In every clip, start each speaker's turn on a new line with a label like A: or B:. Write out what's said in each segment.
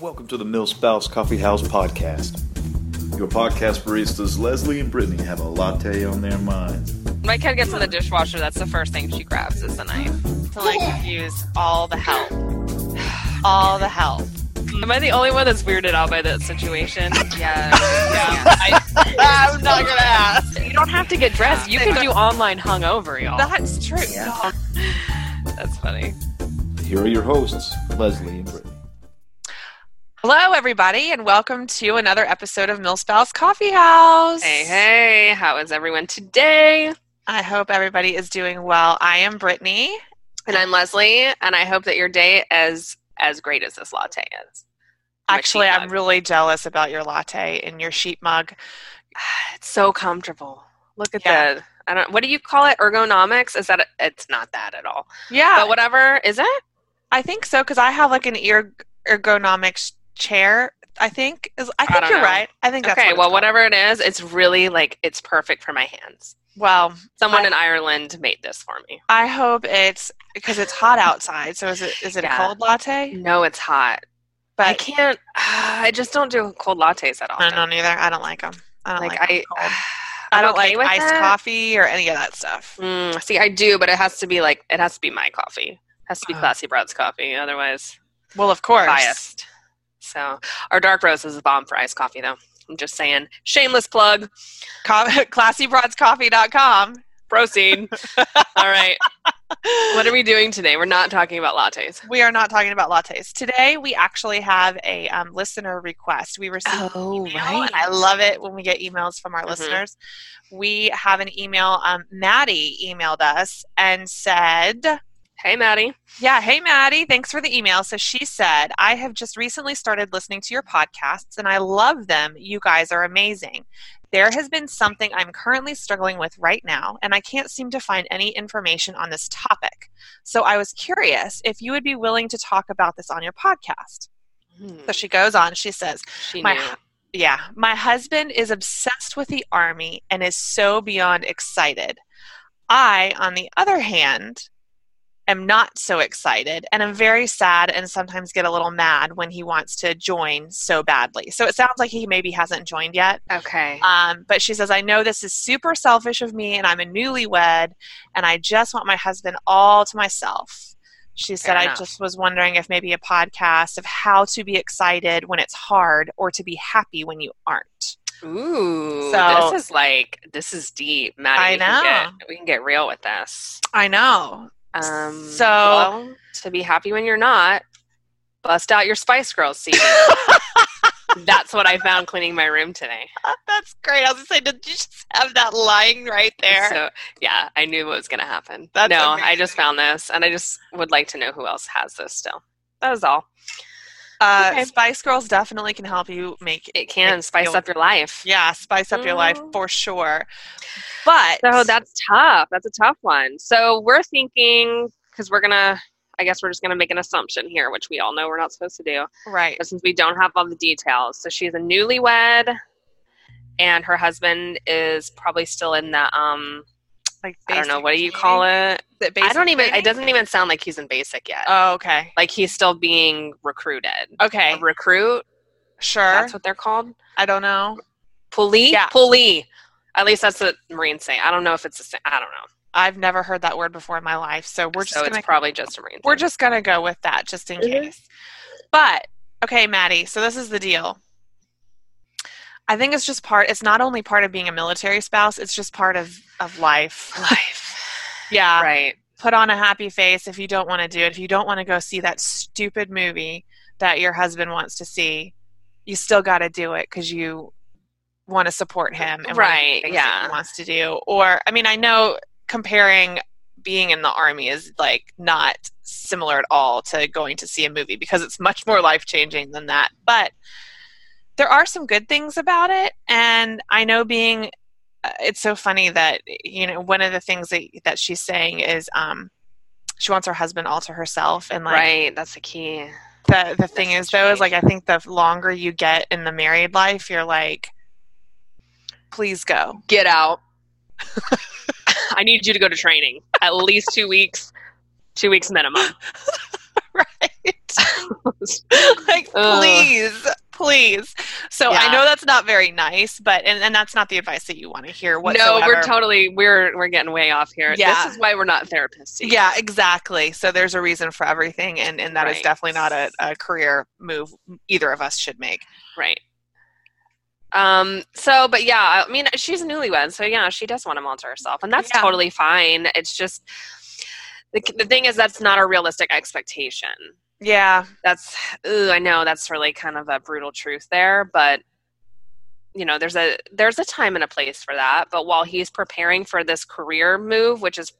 A: Welcome to the Mill Spouse Coffee House Podcast. Your podcast baristas Leslie and Brittany have a latte on their minds.
B: My kid gets in the dishwasher. That's the first thing she grabs is the knife. To like use all the help, all the help. Am I the only one that's weirded out by that situation? Yeah. I, am not gonna ask. You don't have to get dressed. You can do online hungover, y'all. That's true. That's funny.
A: Here are your hosts, Leslie and Brittany.
B: Hello, everybody, and welcome to another episode of Millspouse Coffee House.
C: Hey, hey, how is everyone today?
B: I hope everybody is doing well. I am Brittany.
C: And I'm Leslie, and I hope that your day is as great as this latte is. My
B: Actually,
C: sheet
B: I'm
C: mug.
B: really jealous about your latte and your sheet mug.
C: it's so comfortable. Look at
B: Yeah.
C: that. I don't what do you call it? Ergonomics? Is that it's not that at all.
B: Yeah,
C: But whatever, is it?
B: I think so because I have like an ear ergonomics chair. I think is. I think
C: don't
B: you're
C: know.
B: right. I think that's
C: okay,
B: what it's
C: well
B: called.
C: whatever it is, it's really like it's perfect for my hands.
B: Well,
C: Someone
B: I-
C: in Ireland made this for me.
B: I hope it's because it's hot outside. So is it is it
C: Yeah.
B: a cold latte?
C: No, it's hot.
B: But
C: I can't I just don't do cold lattes at all.
B: I don't either. I don't like them. I don't
C: like
B: like,
C: I
B: 'em cold.
C: I'm
B: I don't like
C: okay with
B: iced
C: it.
B: coffee or any of that stuff.
C: Mm, see, I do, but it has to be like it has to be my coffee. It has to be
B: Oh.
C: classy broad's coffee. Otherwise,
B: Well, of course.
C: biased. So our dark roast is a bomb for iced coffee, though. I'm just saying, shameless plug.
B: Com- ClassyBroadsCoffee.com.
C: Proceed. All right, what are we doing today? We're not talking about lattes.
B: We are not talking about lattes today. We actually have a um, listener request. We received
C: Oh,
B: email, and I love it when we get emails from our listeners. We have an email. Um, Maddie emailed us and said,
C: Hey, Maddie.
B: Yeah, hey Maddie, thanks for the email. So she said, I have just recently started listening to your podcasts and I love them. You guys are amazing. There has been something I'm currently struggling with right now, and I can't seem to find any information on this topic. So I was curious if you would be willing to talk about this on your podcast.
C: Hmm.
B: So she goes on, she says,
C: She
B: my
C: knew.
B: hu- yeah, my husband is obsessed with the army and is so beyond excited. I, on the other hand, am not so excited and I'm very sad and sometimes get a little mad when he wants to join so badly. So it sounds like he maybe hasn't joined yet.
C: Okay.
B: Um, but she says, I know this is super selfish of me and I'm a newlywed and I just want my husband all to myself. She said,
C: Fair
B: I
C: enough.
B: just was wondering if maybe a podcast of how to be excited when it's hard or to be happy when you aren't.
C: Ooh,
B: so-
C: this is like this is deep, Maddie.
B: I
C: we
B: know.
C: can get- we can get real with this.
B: I know.
C: Um,
B: So-
C: well, to be happy when you're not, bust out your Spice Girls CD. That's what I found cleaning my room today.
B: Uh, That's great. I was going to say, did you just have that lying right there?
C: So yeah, I knew what was going to happen.
B: That's
C: no, I
B: amazing.
C: just found this, and I just would like to know who else has this still. That is all.
B: uh,
C: okay.
B: Spice Girls definitely can help you make
C: It can spice up your life.
B: Yeah, spice up your life
C: Mhm.
B: for sure. But
C: So that's tough. That's a tough one. So we're thinking because we're gonna. I guess we're just going to make an assumption here, which we all know we're not supposed to do.
B: right.
C: but since we don't have all the details. So she's a newlywed, and her husband is probably still in the um.
B: Like
C: I don't know what do you call it.
B: it?
C: I don't even. It doesn't even sound like he's in basic yet.
B: Oh, okay.
C: like he's still being recruited.
B: Okay.
C: A recruit.
B: Sure.
C: That's what they're called.
B: I don't know.
C: Pulley.
B: Yeah.
C: Pulley. At least that's what Marines say. I don't know if it's the same. I don't know.
B: I've never heard that word before in my life, so we're just
C: so
B: gonna
C: it's probably just a Marine.
B: we're
C: thing.
B: just gonna go with that just in
C: Mhm.
B: case. But okay, Maddie. So this is the deal. I think it's just part. It's not only part of being a military spouse. It's just part of of life.
C: life.
B: Yeah.
C: Right.
B: Put on a happy face if you don't want to do it. If you don't want to go see that stupid movie that your husband wants to see, you still got to do it because you want to support him and wanna do
C: Right,
B: things that
C: yeah.
B: he wants to do. Or I mean, I know comparing being in the army is like not similar at all to going to see a movie because it's much more life changing than that. But there are some good things about it, and I know being. uh, It's so funny that you know one of the things that that she's saying is um, she wants her husband all to herself, and like
C: right. That's the key.
B: the the thing
C: That's
B: is though is like I think the longer you get in the married life, you're like, please go.
C: get out. I need you to go to training at least two weeks, two weeks minimum.
B: Right. like
C: Ugh.
B: please, please. So
C: Yeah.
B: I know that's not very nice, but and, and that's not the advice that you want to hear whatsoever.
C: No, we're totally we're we're getting way off here.
B: Yeah.
C: This is why we're not therapists. either.
B: yeah, exactly. So there's a reason for everything, and, and that is
C: Right.
B: definitely not a, a career move either of us should make.
C: Right. Um, so but yeah, I mean she's a newlywed, so yeah, she does want to monitor herself, and that's
B: Yeah.
C: totally fine. It's just the the thing is that's not a realistic expectation.
B: Yeah,
C: That's ooh, I know that's really kind of a brutal truth there, but you know, there's a there's a time and a place for that. But while he's preparing for this career move, which is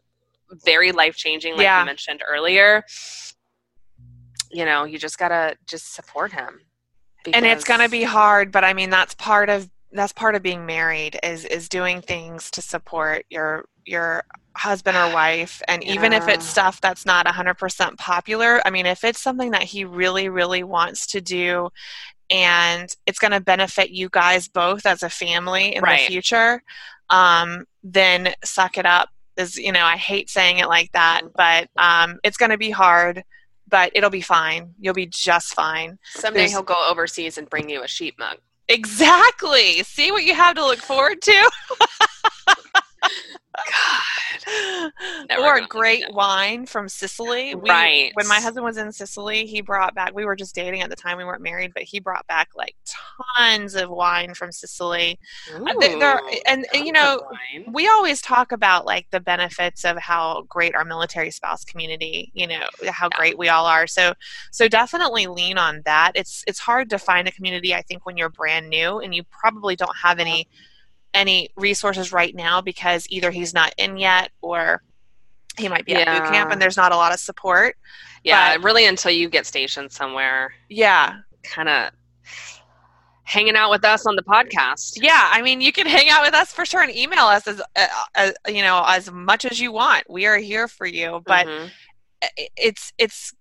C: very life changing, like
B: Yeah.
C: you mentioned earlier, you know, you just gotta just support him.
B: and it's going to
C: because-
B: be hard, but I mean that's part of that's part of being married is is doing things to support your your husband or wife and even if it's
C: Yeah.
B: stuff that's not 100% popular i mean if it's something that he really really wants to do and it's going to benefit you guys both as a family in the
C: Right.
B: future um, then suck it up is you know i hate saying it like that
C: Mm.
B: but um, it's going to be hard but it'll be fine you'll be just fine
C: Someday
B: There's-
C: he'll go overseas and bring you a sheep mug.
B: Exactly. See what you have to look forward to.
C: Never
B: or
C: gonna
B: a great
C: do
B: wine from Sicily. We-
C: Right.
B: When my husband was in Sicily, he brought back, we were just dating at the time, we weren't married, but he brought back like tons of wine from Sicily. Uh, there- there- and, and, you know, we always talk about like the benefits of how great our military spouse community you know how
C: Yeah.
B: great we all are so so definitely lean on that it's it's hard to find a community i think when you're brand new and you probably don't have any any resources right now because either he's not in yet or he might be at boot
C: Yeah.
B: camp and there's not a lot of support
C: yeah,
B: but-
C: really until you get stationed somewhere,
B: yeah
C: kind of hanging out with us on the podcast.
B: yeah i mean you can hang out with us for sure and email us as uh, uh, you know as much as you want we are here for you but
C: Mhm.
B: i- it's it's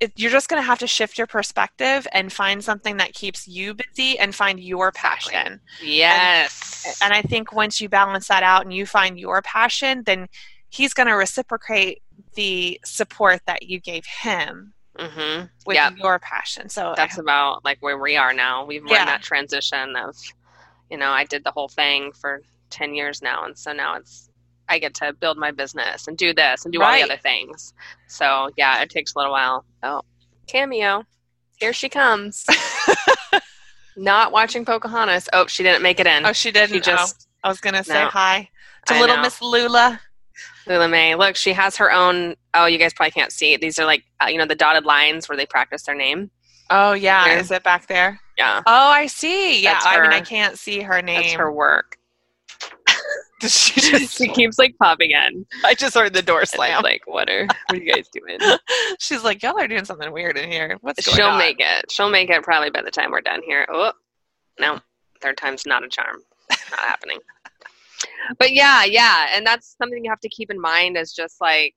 B: it, you're just going to have to shift your perspective and find something that keeps you busy and find your
C: Exactly.
B: passion.
C: yes,
B: And I think once you balance that out and you find your passion, then he's going to reciprocate the support that you gave him
C: hmm
B: with
C: Yep.
B: your passion. So I
C: that's about like where we are now. We've run
B: Yeah.
C: that transition of, you know, I did the whole thing for ten years now, and so now it's I get to build my business and do this and do all
B: Right.
C: the other things. So yeah, it takes a little while. Oh, cameo, here she comes. Not watching Pocahontas. Oh, she didn't make it in.
B: oh, she didn't.
C: she just
B: oh, I was going to say
C: No.
B: hi to
C: I
B: little
C: know.
B: Miss Lula.
C: Lula May. Look, she has her own. Oh, you guys probably can't see it. These are like uh, you know the dotted lines where they practice their name.
B: Oh yeah,
C: There.
B: is it back there?
C: Yeah,
B: Oh, I see. Yeah,
C: That's
B: I mean,
C: her.
B: I can't see her name.
C: that's her work.
B: she just,
C: she keeps like popping in.
B: I just heard the door
C: And it's
B: slam.
C: Like, what are what are you guys doing?
B: She's like, y'all are doing something weird in here. What's going
C: She'll
B: on?
C: make it. She'll make it probably by the time we're done here. Oh no, third time's not a charm. Not happening. But yeah, yeah, and that's something you have to keep in mind is just like,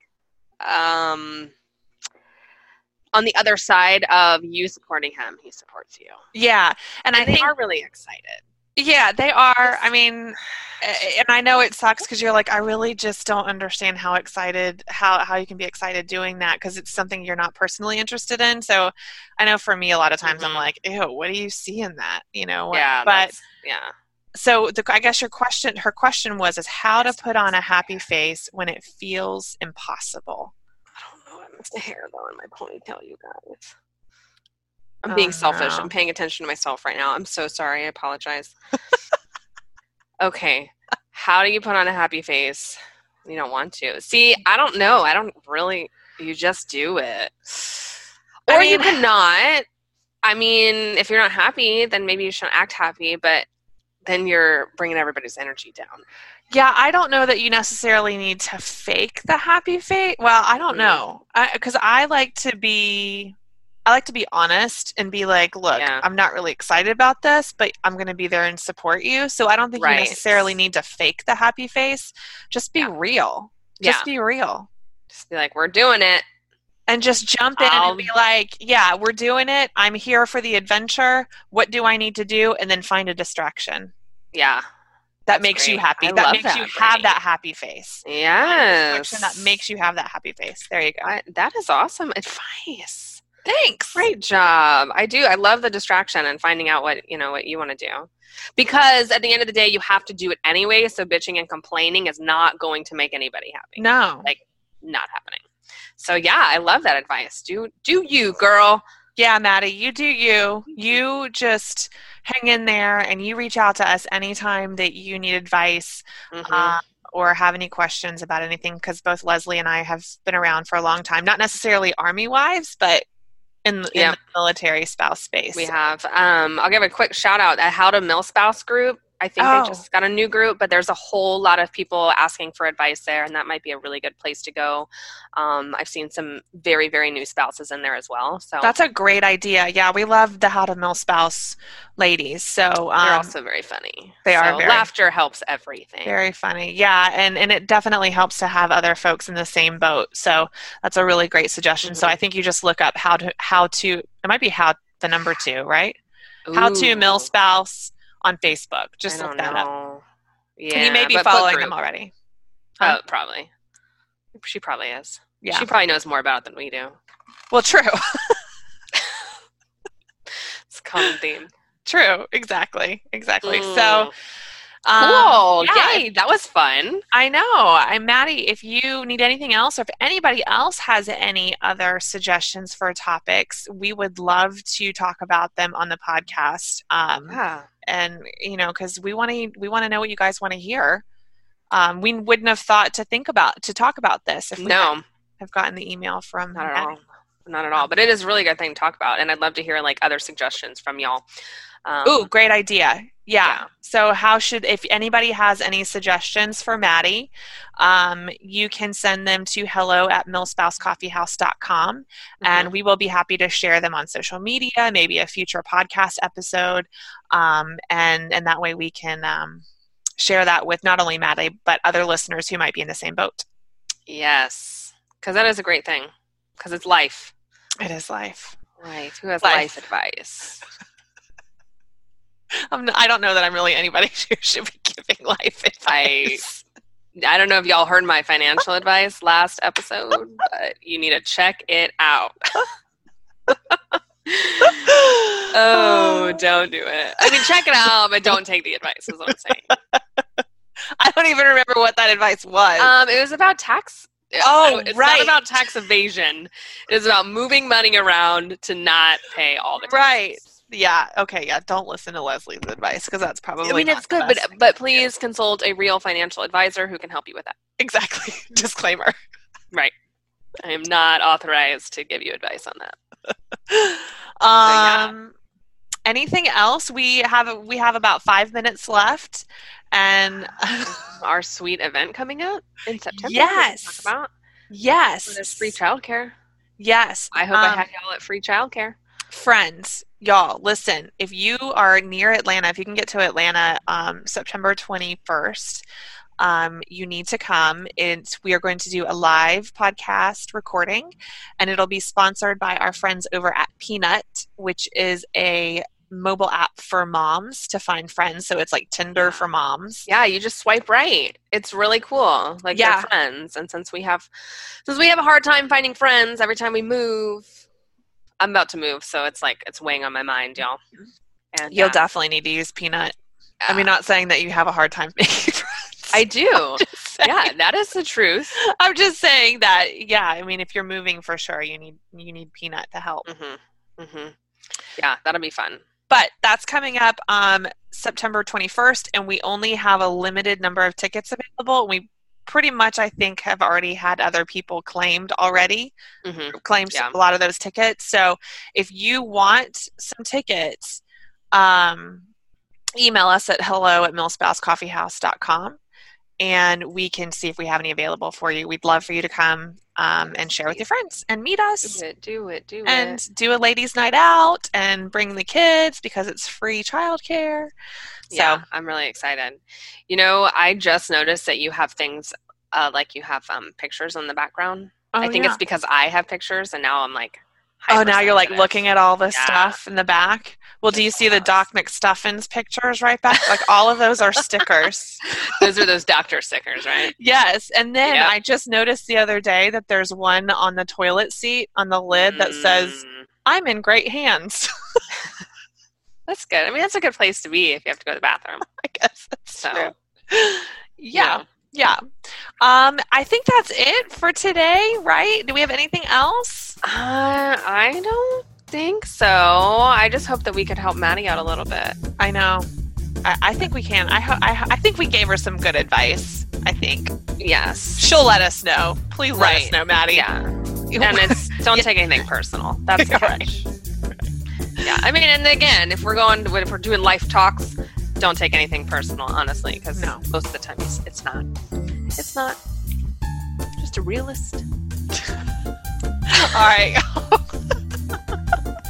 C: um, on the other side of you supporting him, he supports you.
B: Yeah, and, I
C: And they
B: think
C: are really excited.
B: yeah, they are. I mean, a- and I know it sucks because you're like, I really just don't understand how excited how how you can be excited doing that because it's something you're not personally interested in. So, I know for me, a lot of times I'm
C: Mhm.
B: like, ew, what do you see in that? You know, what-
C: Yeah,
B: but
C: that's- yeah,
B: so the, I guess your question, her question was, is how to
C: Yes,
B: put on a
C: yes.
B: happy face when it feels impossible.
C: I don't know. I'm the hair though in my ponytail, you guys. I'm
B: Oh,
C: being selfish.
B: no.
C: I'm paying attention to myself right now. I'm so sorry. I apologize. okay. How do you put on a happy face? when You don't want to. See, I don't know. I don't really you just do it.
B: I
C: Or you
B: mean-
C: could not. I mean, if you're not happy, then maybe you shouldn't act happy, but then you're bringing everybody's energy down.
B: Yeah, I don't know that you necessarily need to fake the happy face. Well, I don't know. Because I, like to be. I like to be honest and be like, look,
C: Yeah.
B: I'm not really excited about this, but I'm going to be there and support you. So I don't think
C: Right.
B: you necessarily need to fake the happy face. Just be
C: Yeah.
B: real.
C: Yeah.
B: Just be real.
C: Just be like, we're doing it.
B: And just jump in
C: I'll-
B: and be like, yeah, we're doing it. I'm here for the adventure. What do I need to do? And then find a distraction
C: Yeah.
B: that
C: That's
B: makes you
C: great.
B: happy.
C: I
B: that
C: love
B: makes you
C: that,
B: have
C: Brittany.
B: that happy face.
C: Yes.
B: description that makes you have that happy face. There you go.
C: I, that is awesome advice.
B: Thanks.
C: Great job. I do. I love the distraction and finding out what, you know, what you want to do. Because at the end of the day, you have to do it anyway, so bitching and complaining is not going to make anybody happy.
B: No.
C: Like- Not happening. So yeah, I love that advice. Do do you, girl.
B: yeah, Maddie, you do you. You just hang in there and you reach out to us anytime that you need advice.
C: Mhm.
B: uh, or have any questions about anything, because both Leslie and I have been around for a long time, not necessarily Army wives, but in, in
C: Yeah.
B: the military spouse space.
C: We have. Um, I'll give a quick shout out at How to Mill Spouse group. I think
B: Oh.
C: they just got a new group, but there's a whole lot of people asking for advice there, and that might be a really good place to go. Um, I've seen some very, very new spouses in there as well. So
B: That's a great idea. Yeah, we love the How to Mill Spouse ladies. So
C: they're
B: um,
C: also very funny.
B: they are
C: So
B: very.
C: Laughter helps everything.
B: very funny. Yeah, and, and it definitely helps to have other folks in the same boat. So that's a really great suggestion. So
C: Mhm.
B: I think you just look up how to how to it might be how the number two, right? How to
C: Ooh,
B: mill spouse on Facebook. Just
C: I
B: look
C: don't
B: that up.
C: know. Yeah,
B: and you may be
C: but book
B: following
C: group.
B: them already.
C: Uh, probably. She probably is.
B: Yeah.
C: She probably knows more about it than we do.
B: well, true.
C: It's a common theme.
B: True. Exactly. Exactly.
C: Mm.
B: So, um,
C: cool.
B: yeah.
C: Yay. That was fun.
B: I know. I'm Maddie. If you need anything else, or if anybody else has any other suggestions for topics, we would love to talk about them on the podcast. Um,
C: Yeah.
B: And you know, because we want to, we want to know what you guys want to hear. Um, we wouldn't have thought to think about to talk about this if we
C: No,
B: have gotten the email from.
C: not at
B: Maddie.
C: all. Not at all. But it is a really good thing to talk about, and I'd love to hear like other suggestions from y'all. Um,
B: Ooh, great idea. Yeah.
C: Yeah.
B: So, how should, if anybody has any suggestions for Maddie, um, you can send them to hello at millspousecoffeehouse.com
C: Mm-hmm.
B: and we will be happy to share them on social media, maybe a future podcast episode. Um, and, and that way we can um, share that with not only Maddie, but other listeners who might be in the same boat.
C: mm-hmm. yes, because that is a great thing. Because it's life.
B: It is life.
C: Life. Who has
B: Life.
C: life, advice?
B: I'm, Um, I don't know that I'm really anybody who should be giving life
C: I
B: advice.
C: I don't know if y'all heard my financial advice last episode, but you need to check it out. Oh, don't do it. I mean, check it out, but don't take the advice. Is what I'm saying.
B: I don't even remember what that advice was.
C: Um, it was about tax.
B: Oh,
C: it's
B: right.
C: not about tax evasion. It is about moving money around to not pay all the taxes.
B: Right. yeah. Okay. Yeah. Don't listen to Leslie's advice because that's probably.
C: I mean,
B: not
C: it's
B: the
C: good, but um,
B: best thing.
C: but please consult a real financial advisor who can help you with that.
B: exactly. Disclaimer.
C: I am not authorized to give you advice on that. yeah.
B: Um, anything else? We have we have about five minutes left, and
C: Our sweet event coming up in September. we can
B: Yes.
C: talk about
B: yes,
C: there's free childcare.
B: yes.
C: I hope I
B: Um,
C: have y'all at free childcare.
B: friends y'all listen if you are near atlanta if you can get to atlanta um, september 21st um, you need to come it's we are going to do a live podcast recording and it'll be sponsored by our friends over at peanut which is a mobile app for moms to find friends so it's like tinder for moms
C: Yeah, you just swipe right. It's really cool. Like
B: Yeah.
C: they're friends, and since we have, since we have a hard time finding friends every time we move, I'm about to move, so it's like it's weighing on my mind, y'all. And
B: you'll
C: yeah,
B: definitely need to use peanut i
C: yeah.
B: mean not saying that you have a hard time making friends
C: I do.
B: Saying-
C: yeah, that is the truth.
B: I'm just saying that. Yeah, I mean, if you're moving for sure, you need you need Peanut to help.
C: hmm hmm Yeah, that'll be fun.
B: But that's coming up um, September 21st, and we only have a limited number of tickets available. We pretty much, I think, have already had other people claimed already
C: hmm
B: claims
C: Yeah.
B: a lot of those tickets. So if you want some tickets, um, email us at hello at millspousecoffeehouse.com and we can see if we have any available for you. We'd love for you to come um, and share with your friends and meet us
C: Do it, do it, do
B: and
C: it.
B: do a ladies' night out and bring the kids because it's free childcare. So
C: Yeah, I'm really excited. You know, I just noticed that you have things uh, like you have um, pictures on the background. I think it's because I have pictures, and now I'm like.
B: Oh, now you're like
C: hypersensitive.
B: looking at all the
C: Yeah.
B: stuff in the back. Well, do you
C: Just
B: see the
C: all
B: Doc McStuffins pictures right back? Like all of those are stickers.
C: Those are those doctor stickers, right?
B: Yes, and then
C: Yeah.
B: I just noticed the other day that there's one on the toilet seat on the lid that says
C: Mm,
B: I'm in great hands.
C: That's good. I mean, that's a good place to be if you have to go to the bathroom.
B: I guess that's
C: So,
B: true. Yeah, yeah. Um, I think that's it for today, right? Do we have anything else?
C: Uh, I don't think so. I just hope that we could help Maddie out a little bit.
B: I know. I, I think we can. I, ho- I, ho- I think we gave her some good advice. I think
C: Yes.
B: she'll let us know. Please let us
C: Right.
B: know, Maddie.
C: Yeah. And it's don't take anything personal. That's the
B: Correct.
C: catch. Yeah. I mean, and again, if we're going, if we're doing life talks, don't take anything personal, honestly, because
B: No.
C: most of the time it's, it's not. It's not. Just a realist.
B: All right.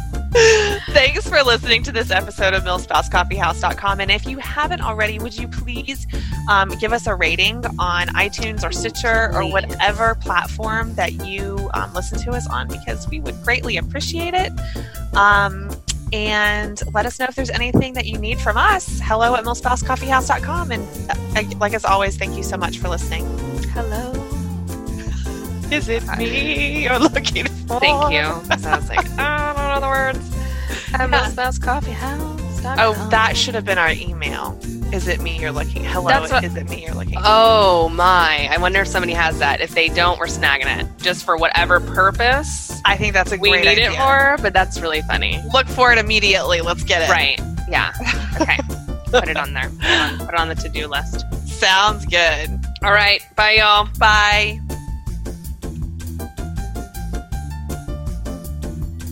B: Thanks for listening to this episode of MillspouseCoffeehouse.com. And if you haven't already, would you please um, give us a rating on iTunes or Stitcher or
C: Please.
B: whatever platform that you um, listen to us on because we would greatly appreciate it. Um, and let us know if there's anything that you need from us. Hello at millspousecoffeehouse.com. And uh, I- like as always, thank you so much for listening.
C: Hello.
B: Is it me you're looking for?
C: Thank you. So I was like, "Ah, I don't know the words. I'm
B: Yeah.
C: yeah. Coffee House.
B: Oh, that should have been our email. Is it me you're looking? Hello,
C: That's what-
B: is it me you're looking?
C: Oh my! I wonder if somebody has that. If they don't, we're snagging it just for whatever purpose
B: I think that's a
C: we
B: great
C: need it
B: idea.
C: for. But that's really funny,
B: Look for it immediately. Let's get it.
C: right? Yeah. Okay. Put it on there. Put it on, put it on the to-do list.
B: Sounds good.
C: All right. Bye, y'all.
B: Bye.